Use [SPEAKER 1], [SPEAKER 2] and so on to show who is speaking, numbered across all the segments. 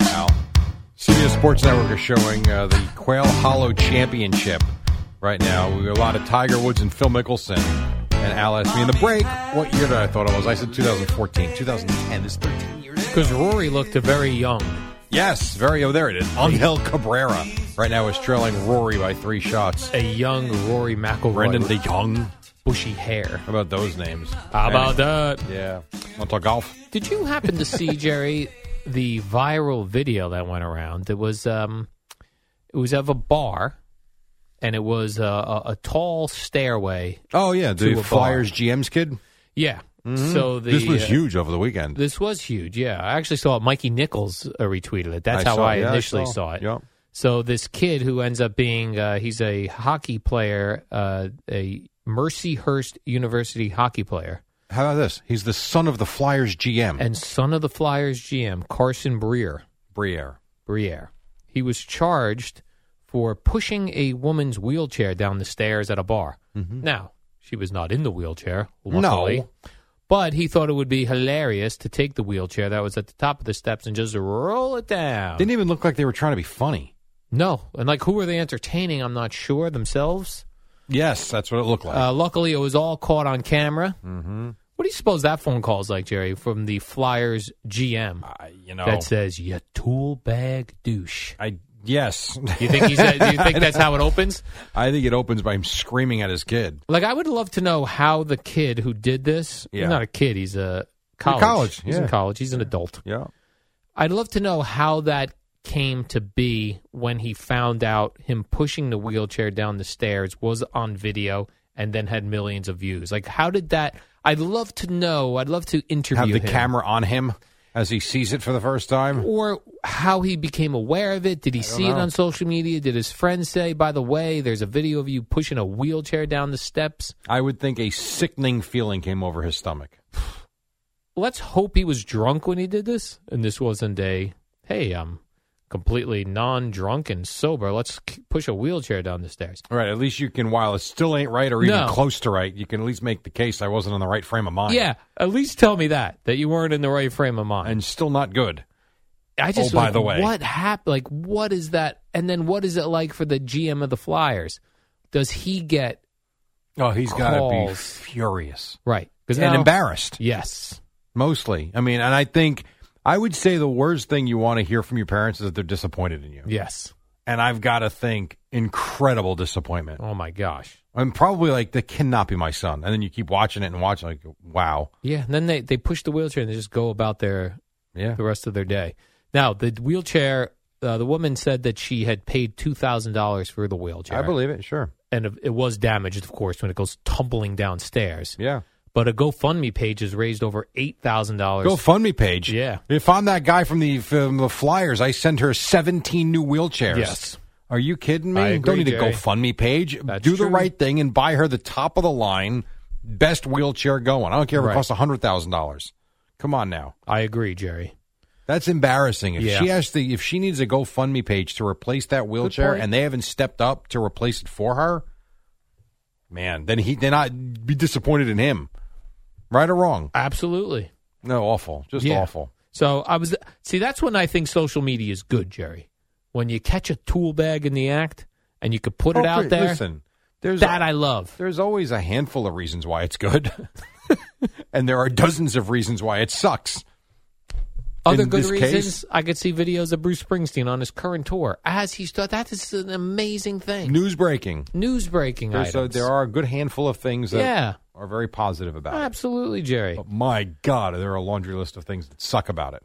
[SPEAKER 1] Al. CBS Sports Network is showing uh, the Quail Hollow Championship right now. We got a lot of Tiger Woods and Phil Mickelson. And Al asked me in the break what year did I thought it was. I said 2014. 2010 is 13 years.
[SPEAKER 2] Because Rory looked very young.
[SPEAKER 1] Yes, very. Oh, there it is. Angel Cabrera right now is trailing Rory by three shots.
[SPEAKER 2] A young Rory McIlroy.
[SPEAKER 1] Brendan
[SPEAKER 2] with
[SPEAKER 1] DeYoung.
[SPEAKER 2] bushy hair.
[SPEAKER 1] How about those names?
[SPEAKER 2] How about that?
[SPEAKER 1] Yeah. Want to talk golf?
[SPEAKER 2] Did you happen to see Jerry the viral video that went around? It was um, it was of a bar, and it was a, a, a tall stairway.
[SPEAKER 1] Oh yeah,
[SPEAKER 2] To a
[SPEAKER 1] the
[SPEAKER 2] bar.
[SPEAKER 1] Flyers GM's kid.
[SPEAKER 2] Yeah. So the
[SPEAKER 1] this was
[SPEAKER 2] uh,
[SPEAKER 1] huge over the weekend.
[SPEAKER 2] This was huge. Yeah, I actually saw it. Mikey Nichols uh, retweeted it. That's how
[SPEAKER 1] saw-
[SPEAKER 2] I
[SPEAKER 1] yeah,
[SPEAKER 2] initially saw it.
[SPEAKER 1] Yep.
[SPEAKER 2] So this kid who ends up being uh, he's a hockey player, uh, a Mercyhurst University hockey player,
[SPEAKER 1] How about this? He's the son of the Flyers GM.
[SPEAKER 2] and son of the Flyers GM Carson Breer.
[SPEAKER 1] Briere.
[SPEAKER 2] Breer. He was charged for pushing a woman's wheelchair down the stairs at a bar. Now she was not in the wheelchair, luckily.
[SPEAKER 1] Mm-hmm. No.
[SPEAKER 2] But he thought it would be hilarious to take the wheelchair that was at the top of the steps and just roll it down.
[SPEAKER 1] Didn't even look like they were trying to be funny.
[SPEAKER 2] No, and like who were they entertaining? I'm not sure themselves.
[SPEAKER 1] Yes, that's what it looked like.
[SPEAKER 2] Uh, luckily, it was all caught on camera. Mm-hmm. What do you suppose that phone call is like, Jerry, from the Flyers GM
[SPEAKER 1] I- you know,
[SPEAKER 2] that says "you tool bag douche"?
[SPEAKER 1] I yes,
[SPEAKER 2] You think he said? Do you think that's how it opens?
[SPEAKER 1] I think it opens by him screaming at his kid.
[SPEAKER 2] Like, I would love to know how the kid who did this.
[SPEAKER 1] Yeah.
[SPEAKER 2] He's not a kid. He's a
[SPEAKER 1] college,
[SPEAKER 2] college. He's
[SPEAKER 1] yeah.
[SPEAKER 2] in college. He's an adult.
[SPEAKER 1] Yeah,
[SPEAKER 2] I'd love to know how that came to be when he found out him pushing the wheelchair down the stairs was on video and then had millions of views. Like, how did that? I'd love to know. I'd love to interview
[SPEAKER 1] have the
[SPEAKER 2] him.
[SPEAKER 1] camera on him as he sees it for the first time.
[SPEAKER 2] Or how he became aware of it. Did he see it
[SPEAKER 1] know.
[SPEAKER 2] on social media? Did his friends say, by the way, there's a video of you pushing a wheelchair down the steps?
[SPEAKER 1] I would think a sickening feeling came over his stomach.
[SPEAKER 2] let's hope he was drunk when he did this and this wasn't a hey i'm completely non-drunk and sober let's k- push a wheelchair down the stairs
[SPEAKER 1] All right, at least you can. While it still ain't right or even
[SPEAKER 2] No.
[SPEAKER 1] close to right, you can at least make the case I wasn't in the right frame of mind.
[SPEAKER 2] yeah at least tell me that that you weren't in the right frame of mind
[SPEAKER 1] and still not good.
[SPEAKER 2] i just
[SPEAKER 1] oh, by
[SPEAKER 2] like,
[SPEAKER 1] the way.
[SPEAKER 2] what happened like what is that and then what is it like for the gm of the flyers does he get
[SPEAKER 1] Oh, he's gotta be
[SPEAKER 2] Calls.
[SPEAKER 1] furious
[SPEAKER 2] right because
[SPEAKER 1] and embarrassed.
[SPEAKER 2] yes
[SPEAKER 1] Mostly. I mean, and I think I would say the worst thing you want to hear from your parents is that they're disappointed in you.
[SPEAKER 2] yes
[SPEAKER 1] And I've got to think incredible disappointment.
[SPEAKER 2] oh my gosh
[SPEAKER 1] I'm probably like, that cannot be my son. And then you keep watching it and watching, like, wow.
[SPEAKER 2] yeah and then they, they push the wheelchair and they just go about their
[SPEAKER 1] Yeah.
[SPEAKER 2] the rest of their day. Now, the wheelchair, uh, the woman said that she had paid $2,000 for the wheelchair.
[SPEAKER 1] I believe it. Sure.
[SPEAKER 2] And it was damaged, of course, when it goes tumbling downstairs.
[SPEAKER 1] Yeah.
[SPEAKER 2] But a GoFundMe page has raised over $8,000.
[SPEAKER 1] GoFundMe page.
[SPEAKER 2] Yeah.
[SPEAKER 1] If I'm that guy from the from the Flyers, I send her 17 new wheelchairs.
[SPEAKER 2] Yes.
[SPEAKER 1] Are you kidding me?
[SPEAKER 2] I agree,
[SPEAKER 1] Don't need
[SPEAKER 2] Jerry.
[SPEAKER 1] a GoFundMe page.
[SPEAKER 2] That's
[SPEAKER 1] Do the
[SPEAKER 2] true.
[SPEAKER 1] right thing and buy her the top of the line best wheelchair going. I don't care if
[SPEAKER 2] Right.
[SPEAKER 1] it costs hundred thousand dollars. Come on now.
[SPEAKER 2] I agree, Jerry.
[SPEAKER 1] That's embarrassing. If
[SPEAKER 2] Yeah.
[SPEAKER 1] she has to, if she needs a GoFundMe page to replace that wheelchair,
[SPEAKER 2] point.
[SPEAKER 1] and they haven't stepped up to replace it for her, man, then he then I'd be disappointed in him, right or wrong.
[SPEAKER 2] Absolutely.
[SPEAKER 1] No, awful, just
[SPEAKER 2] Yeah.
[SPEAKER 1] awful.
[SPEAKER 2] So I was, see, that's when I think social media is good, Jerry. When you catch a tool bag in the act and you could put it
[SPEAKER 1] Oh,
[SPEAKER 2] out
[SPEAKER 1] Chris,
[SPEAKER 2] there,
[SPEAKER 1] Listen, there's
[SPEAKER 2] that I love.
[SPEAKER 1] there's always a handful of reasons why it's good, and there are dozens of reasons why it sucks.
[SPEAKER 2] Other
[SPEAKER 1] in
[SPEAKER 2] good
[SPEAKER 1] this
[SPEAKER 2] reasons,
[SPEAKER 1] case,
[SPEAKER 2] I could see videos of Bruce Springsteen on his current tour as he's st- that is an amazing thing.
[SPEAKER 1] news breaking.
[SPEAKER 2] News breaking
[SPEAKER 1] There's a,
[SPEAKER 2] items.
[SPEAKER 1] there are a good handful of things that Oh.
[SPEAKER 2] yeah,
[SPEAKER 1] are very positive about it.
[SPEAKER 2] absolutely, Jerry.
[SPEAKER 1] But my God, there are a laundry list of things that suck about it.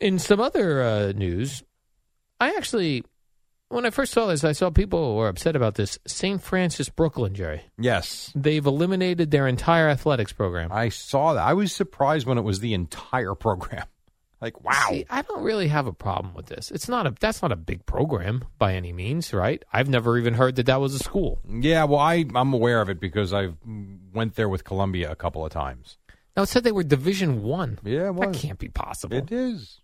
[SPEAKER 2] In some other uh, news, I actually, when I first saw this, I saw people were upset about this. St. Francis Brooklyn, Jerry.
[SPEAKER 1] Yes.
[SPEAKER 2] They've eliminated their entire athletics program.
[SPEAKER 1] I saw that. I was surprised when it was the entire program. Like, wow.
[SPEAKER 2] See, I don't really have a problem with this. It's not a that's not a big program by any means, right? I've never even heard that that was a school.
[SPEAKER 1] Yeah, well, I, I'm aware of it because I went there with Columbia a couple of times.
[SPEAKER 2] Now it said they were Division One.
[SPEAKER 1] Yeah, it
[SPEAKER 2] that
[SPEAKER 1] was.
[SPEAKER 2] can't be possible.
[SPEAKER 1] It is.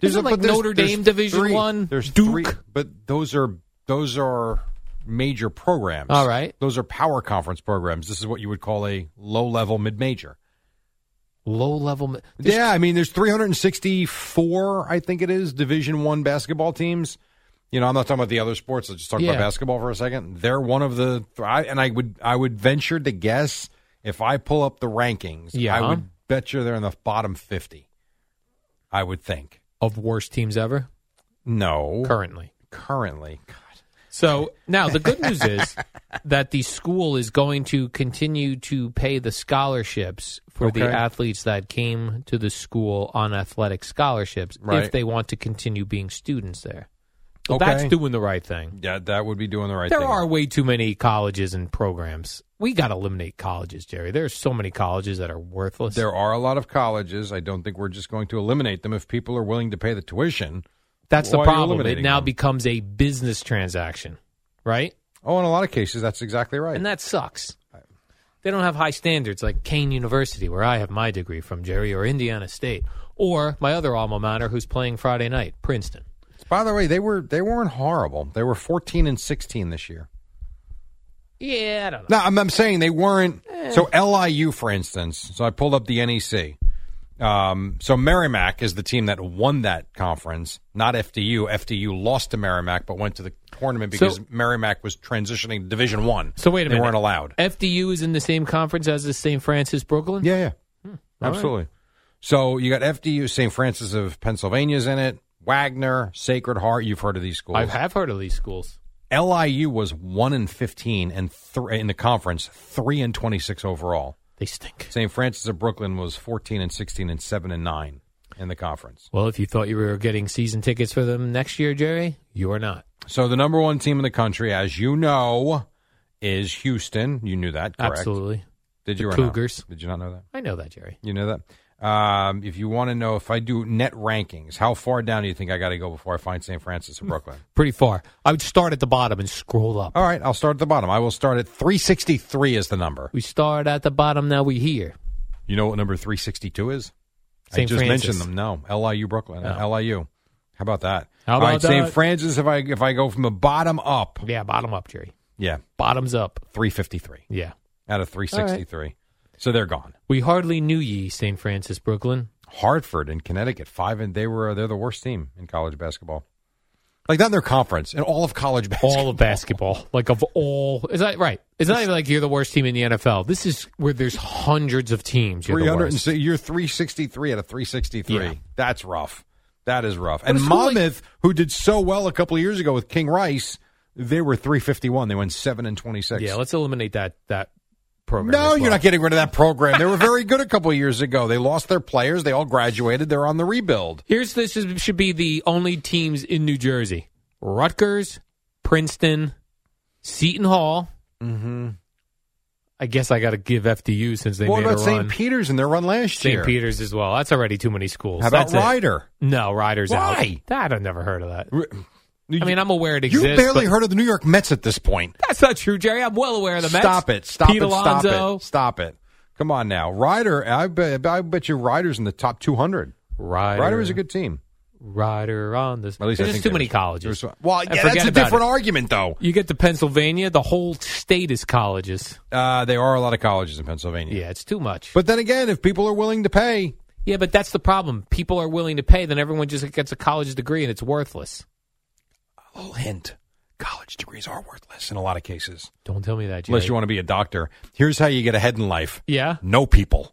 [SPEAKER 2] Isn't it
[SPEAKER 1] but
[SPEAKER 2] like Notre Dame Division
[SPEAKER 1] three-
[SPEAKER 2] One?
[SPEAKER 1] There's
[SPEAKER 2] Duke?
[SPEAKER 1] three, but those are those are major programs.
[SPEAKER 2] All right.
[SPEAKER 1] those are power conference programs. This is what you would call a low level mid major.
[SPEAKER 2] Low level. ma- There's-
[SPEAKER 1] Yeah, I mean, there's 364, I think it is, Division One basketball teams. You know, I'm not talking about the other sports. Let's just talk
[SPEAKER 2] Yeah.
[SPEAKER 1] about basketball for a second. They're one of the, I, and I would, I would venture to guess if I pull up the rankings,
[SPEAKER 2] Yeah.
[SPEAKER 1] I would bet you they're in the bottom 50. I would think.
[SPEAKER 2] of worst teams ever
[SPEAKER 1] No,
[SPEAKER 2] currently.
[SPEAKER 1] currently, God.
[SPEAKER 2] So now the good news is that the school is going to continue to pay the scholarships for the
[SPEAKER 1] Okay.
[SPEAKER 2] athletes that came to the school on athletic scholarships if
[SPEAKER 1] Right.
[SPEAKER 2] they want to continue being students there. So
[SPEAKER 1] Okay.
[SPEAKER 2] that's doing the right thing.
[SPEAKER 1] yeah, that would be doing the right
[SPEAKER 2] there
[SPEAKER 1] thing.
[SPEAKER 2] are way too many colleges and programs. We got to eliminate colleges, Jerry. There are so many colleges that are worthless.
[SPEAKER 1] there are a lot of colleges. I don't think we're just going to eliminate them if people are willing to pay the tuition.
[SPEAKER 2] That's the
[SPEAKER 1] Why are you
[SPEAKER 2] problem. It
[SPEAKER 1] eliminating
[SPEAKER 2] now
[SPEAKER 1] them?
[SPEAKER 2] becomes a business transaction, right?
[SPEAKER 1] Oh, in a lot of cases, that's exactly right.
[SPEAKER 2] And that sucks. They don't have high standards like Kane University, where I have my degree from, Jerry, or Indiana State, or my other alma mater who's playing Friday night, Princeton.
[SPEAKER 1] By the way, they were they weren't horrible. They were fourteen and sixteen this year.
[SPEAKER 2] Yeah, I don't know.
[SPEAKER 1] No, I'm, I'm saying they weren't. So LIU, for instance. So I pulled up the NEC. Um, so Merrimack is the team that won that conference, not FDU. FDU lost to Merrimack, but went to the tournament
[SPEAKER 2] So-
[SPEAKER 1] because Merrimack was transitioning to Division One.
[SPEAKER 2] So wait a
[SPEAKER 1] they
[SPEAKER 2] minute.
[SPEAKER 1] weren't allowed.
[SPEAKER 2] FDU is in the same conference as the St. Francis Brooklyn?
[SPEAKER 1] Yeah, yeah, absolutely. So you got FDU, St. Francis of Pennsylvania's in it. Wagner, Sacred Heart. You've heard of these schools.
[SPEAKER 2] I have heard of these schools.
[SPEAKER 1] LIU was one and fifteen and thr in the conference, three and twenty six overall.
[SPEAKER 2] They stink.
[SPEAKER 1] St. Francis of Brooklyn was fourteen and sixteen and seven and nine in the conference.
[SPEAKER 2] Well, if you thought you were getting season tickets for them next year, Jerry, you are not.
[SPEAKER 1] So the number one team in the country, as you know, is Houston. You knew that, correct?
[SPEAKER 2] Absolutely.
[SPEAKER 1] Did
[SPEAKER 2] The
[SPEAKER 1] you or not?
[SPEAKER 2] Cougars.
[SPEAKER 1] Did you not know that?
[SPEAKER 2] I know that, Jerry.
[SPEAKER 1] You know that. Um, if you want to know if I do net rankings, how far down do you think I got to go before I find St. Francis of Brooklyn?
[SPEAKER 2] Pretty far. I would start at the bottom and scroll up.
[SPEAKER 1] All right, I'll start at the bottom. I will start at 363 is the number.
[SPEAKER 2] We start at the bottom, now we here.
[SPEAKER 1] You know what number 362 is? I
[SPEAKER 2] St.
[SPEAKER 1] just
[SPEAKER 2] Francis.
[SPEAKER 1] mentioned them. No, LIU Brooklyn, uh,
[SPEAKER 2] Oh.
[SPEAKER 1] LIU. How about that?
[SPEAKER 2] How
[SPEAKER 1] All
[SPEAKER 2] about
[SPEAKER 1] right, St.
[SPEAKER 2] that?
[SPEAKER 1] Francis. If I if I go from the bottom up,
[SPEAKER 2] Yeah, bottom up, Jerry.
[SPEAKER 1] yeah,
[SPEAKER 2] Bottoms up.
[SPEAKER 1] 353
[SPEAKER 2] Yeah.
[SPEAKER 1] out of 363. So they're gone.
[SPEAKER 2] We hardly knew ye, St. Francis, Brooklyn.
[SPEAKER 1] Hartford in Connecticut, five and they were they're the worst team in college basketball. Like not in their conference, in all of college basketball.
[SPEAKER 2] All of basketball. Like, of all. Is that right? It's not even like you're the worst team in the NFL. This is where there's hundreds of teams. You're the
[SPEAKER 1] 300 and
[SPEAKER 2] worst.
[SPEAKER 1] so you're 363 out of 363.
[SPEAKER 2] Yeah.
[SPEAKER 1] That's rough. That is rough. And
[SPEAKER 2] a school like-
[SPEAKER 1] Monmouth, who did so well a couple of years ago with King Rice, they were 351. They went 7 and 26.
[SPEAKER 2] Yeah, let's eliminate that that program.
[SPEAKER 1] no,
[SPEAKER 2] as well.
[SPEAKER 1] you're not getting rid of that program. They were very good a couple of years ago. They lost their players. They all graduated. They're on the rebuild.
[SPEAKER 2] Here's this is, should be the only teams in New Jersey: Rutgers, Princeton, Seton Hall. Mm-hmm. I guess I got to give FDU since they
[SPEAKER 1] what
[SPEAKER 2] made a
[SPEAKER 1] about St.
[SPEAKER 2] run.
[SPEAKER 1] Peter's in their run last year?
[SPEAKER 2] St. Peter's as well. That's already too many schools.
[SPEAKER 1] How about
[SPEAKER 2] That's it.
[SPEAKER 1] Ryder?
[SPEAKER 2] No, Ryder's
[SPEAKER 1] Why?
[SPEAKER 2] out. That I've never heard of that. I
[SPEAKER 1] You-
[SPEAKER 2] mean, I'm aware it
[SPEAKER 1] you
[SPEAKER 2] exists.
[SPEAKER 1] barely
[SPEAKER 2] but-
[SPEAKER 1] heard of the New York Mets at this point.
[SPEAKER 2] That's not true, Jerry. I'm well aware of the Mets.
[SPEAKER 1] Stop it. Stop
[SPEAKER 2] Pete
[SPEAKER 1] it. Stop
[SPEAKER 2] Alonso.
[SPEAKER 1] it. Stop it. Come on now, Ryder. I bet, I bet you Ryder's in the top 200.
[SPEAKER 2] Rider,
[SPEAKER 1] Ryder is a good team.
[SPEAKER 2] Rider on this.
[SPEAKER 1] At least I
[SPEAKER 2] There's
[SPEAKER 1] think
[SPEAKER 2] just too
[SPEAKER 1] they-
[SPEAKER 2] many colleges.
[SPEAKER 1] there's- Well,
[SPEAKER 2] And
[SPEAKER 1] yeah,
[SPEAKER 2] forget
[SPEAKER 1] that's a
[SPEAKER 2] about it.
[SPEAKER 1] different argument, though.
[SPEAKER 2] You get to Pennsylvania, the whole state is colleges.
[SPEAKER 1] Uh, there are a lot of colleges in Pennsylvania.
[SPEAKER 2] Yeah, it's too much.
[SPEAKER 1] But then again, if people are willing to pay,
[SPEAKER 2] yeah, but that's the problem. People are willing to pay, then everyone just gets a college degree and it's worthless.
[SPEAKER 1] a little Oh, hint: college degrees are worthless in a lot of cases,
[SPEAKER 2] Don't tell me that. Jerry.
[SPEAKER 1] unless you want to be a doctor. Here's how you get ahead in life:
[SPEAKER 2] Yeah.
[SPEAKER 1] know people.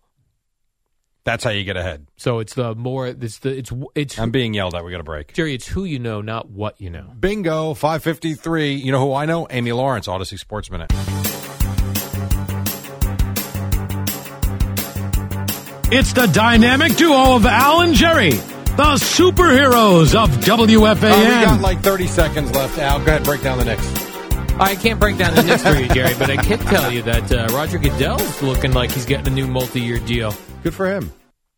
[SPEAKER 1] That's how you get ahead.
[SPEAKER 2] So it's the more it's the it's it's
[SPEAKER 1] I'm being yelled at. We got a break.
[SPEAKER 2] Jerry. It's who you know, not what you know.
[SPEAKER 1] Bingo, 553. You know who I know? Amy Lawrence, Odyssey Sports Minute.
[SPEAKER 3] It's the dynamic duo of Al and Jerry, the superheroes of
[SPEAKER 1] Uh, we got
[SPEAKER 3] WFAN.
[SPEAKER 1] like 30 seconds left. Al, go ahead, break down the next.
[SPEAKER 2] I can't break down the Knicks for you, Jerry, but I can tell you that uh, Roger Goodell's looking like he's getting a new multi-year deal.
[SPEAKER 1] Good for him.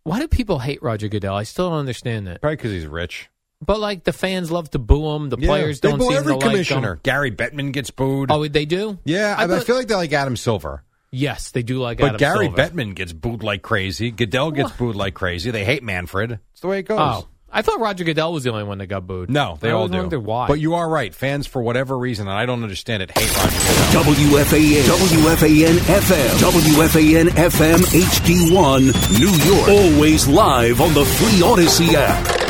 [SPEAKER 2] Why do people hate Roger Goodell? I still don't understand that.
[SPEAKER 1] Probably because he's rich.
[SPEAKER 2] But like the fans love to boo him. The players
[SPEAKER 1] they
[SPEAKER 2] don't
[SPEAKER 1] boo
[SPEAKER 2] seem
[SPEAKER 1] every
[SPEAKER 2] to
[SPEAKER 1] commissioner.
[SPEAKER 2] like him.
[SPEAKER 1] Gary Bettman gets booed.
[SPEAKER 2] Oh, they do.
[SPEAKER 1] yeah, I, I
[SPEAKER 2] thought-
[SPEAKER 1] feel like they like Adam Silver.
[SPEAKER 2] Yes, they do like.
[SPEAKER 1] But
[SPEAKER 2] Adam
[SPEAKER 1] Gary
[SPEAKER 2] Silver.
[SPEAKER 1] Bettman gets booed like crazy. Goodell gets booed like crazy. They hate Manfred. It's the way it goes.
[SPEAKER 2] Oh, I thought Roger Goodell was the only one that got booed.
[SPEAKER 1] No, they
[SPEAKER 2] I
[SPEAKER 1] all
[SPEAKER 2] always
[SPEAKER 1] do.
[SPEAKER 2] wondered Why?
[SPEAKER 1] But you are right. Fans, for whatever reason, and I don't understand it, hate Roger.
[SPEAKER 4] WFAN, WFAN FM, WFAN FM HD1, New York. Always live on the Free Odyssey app.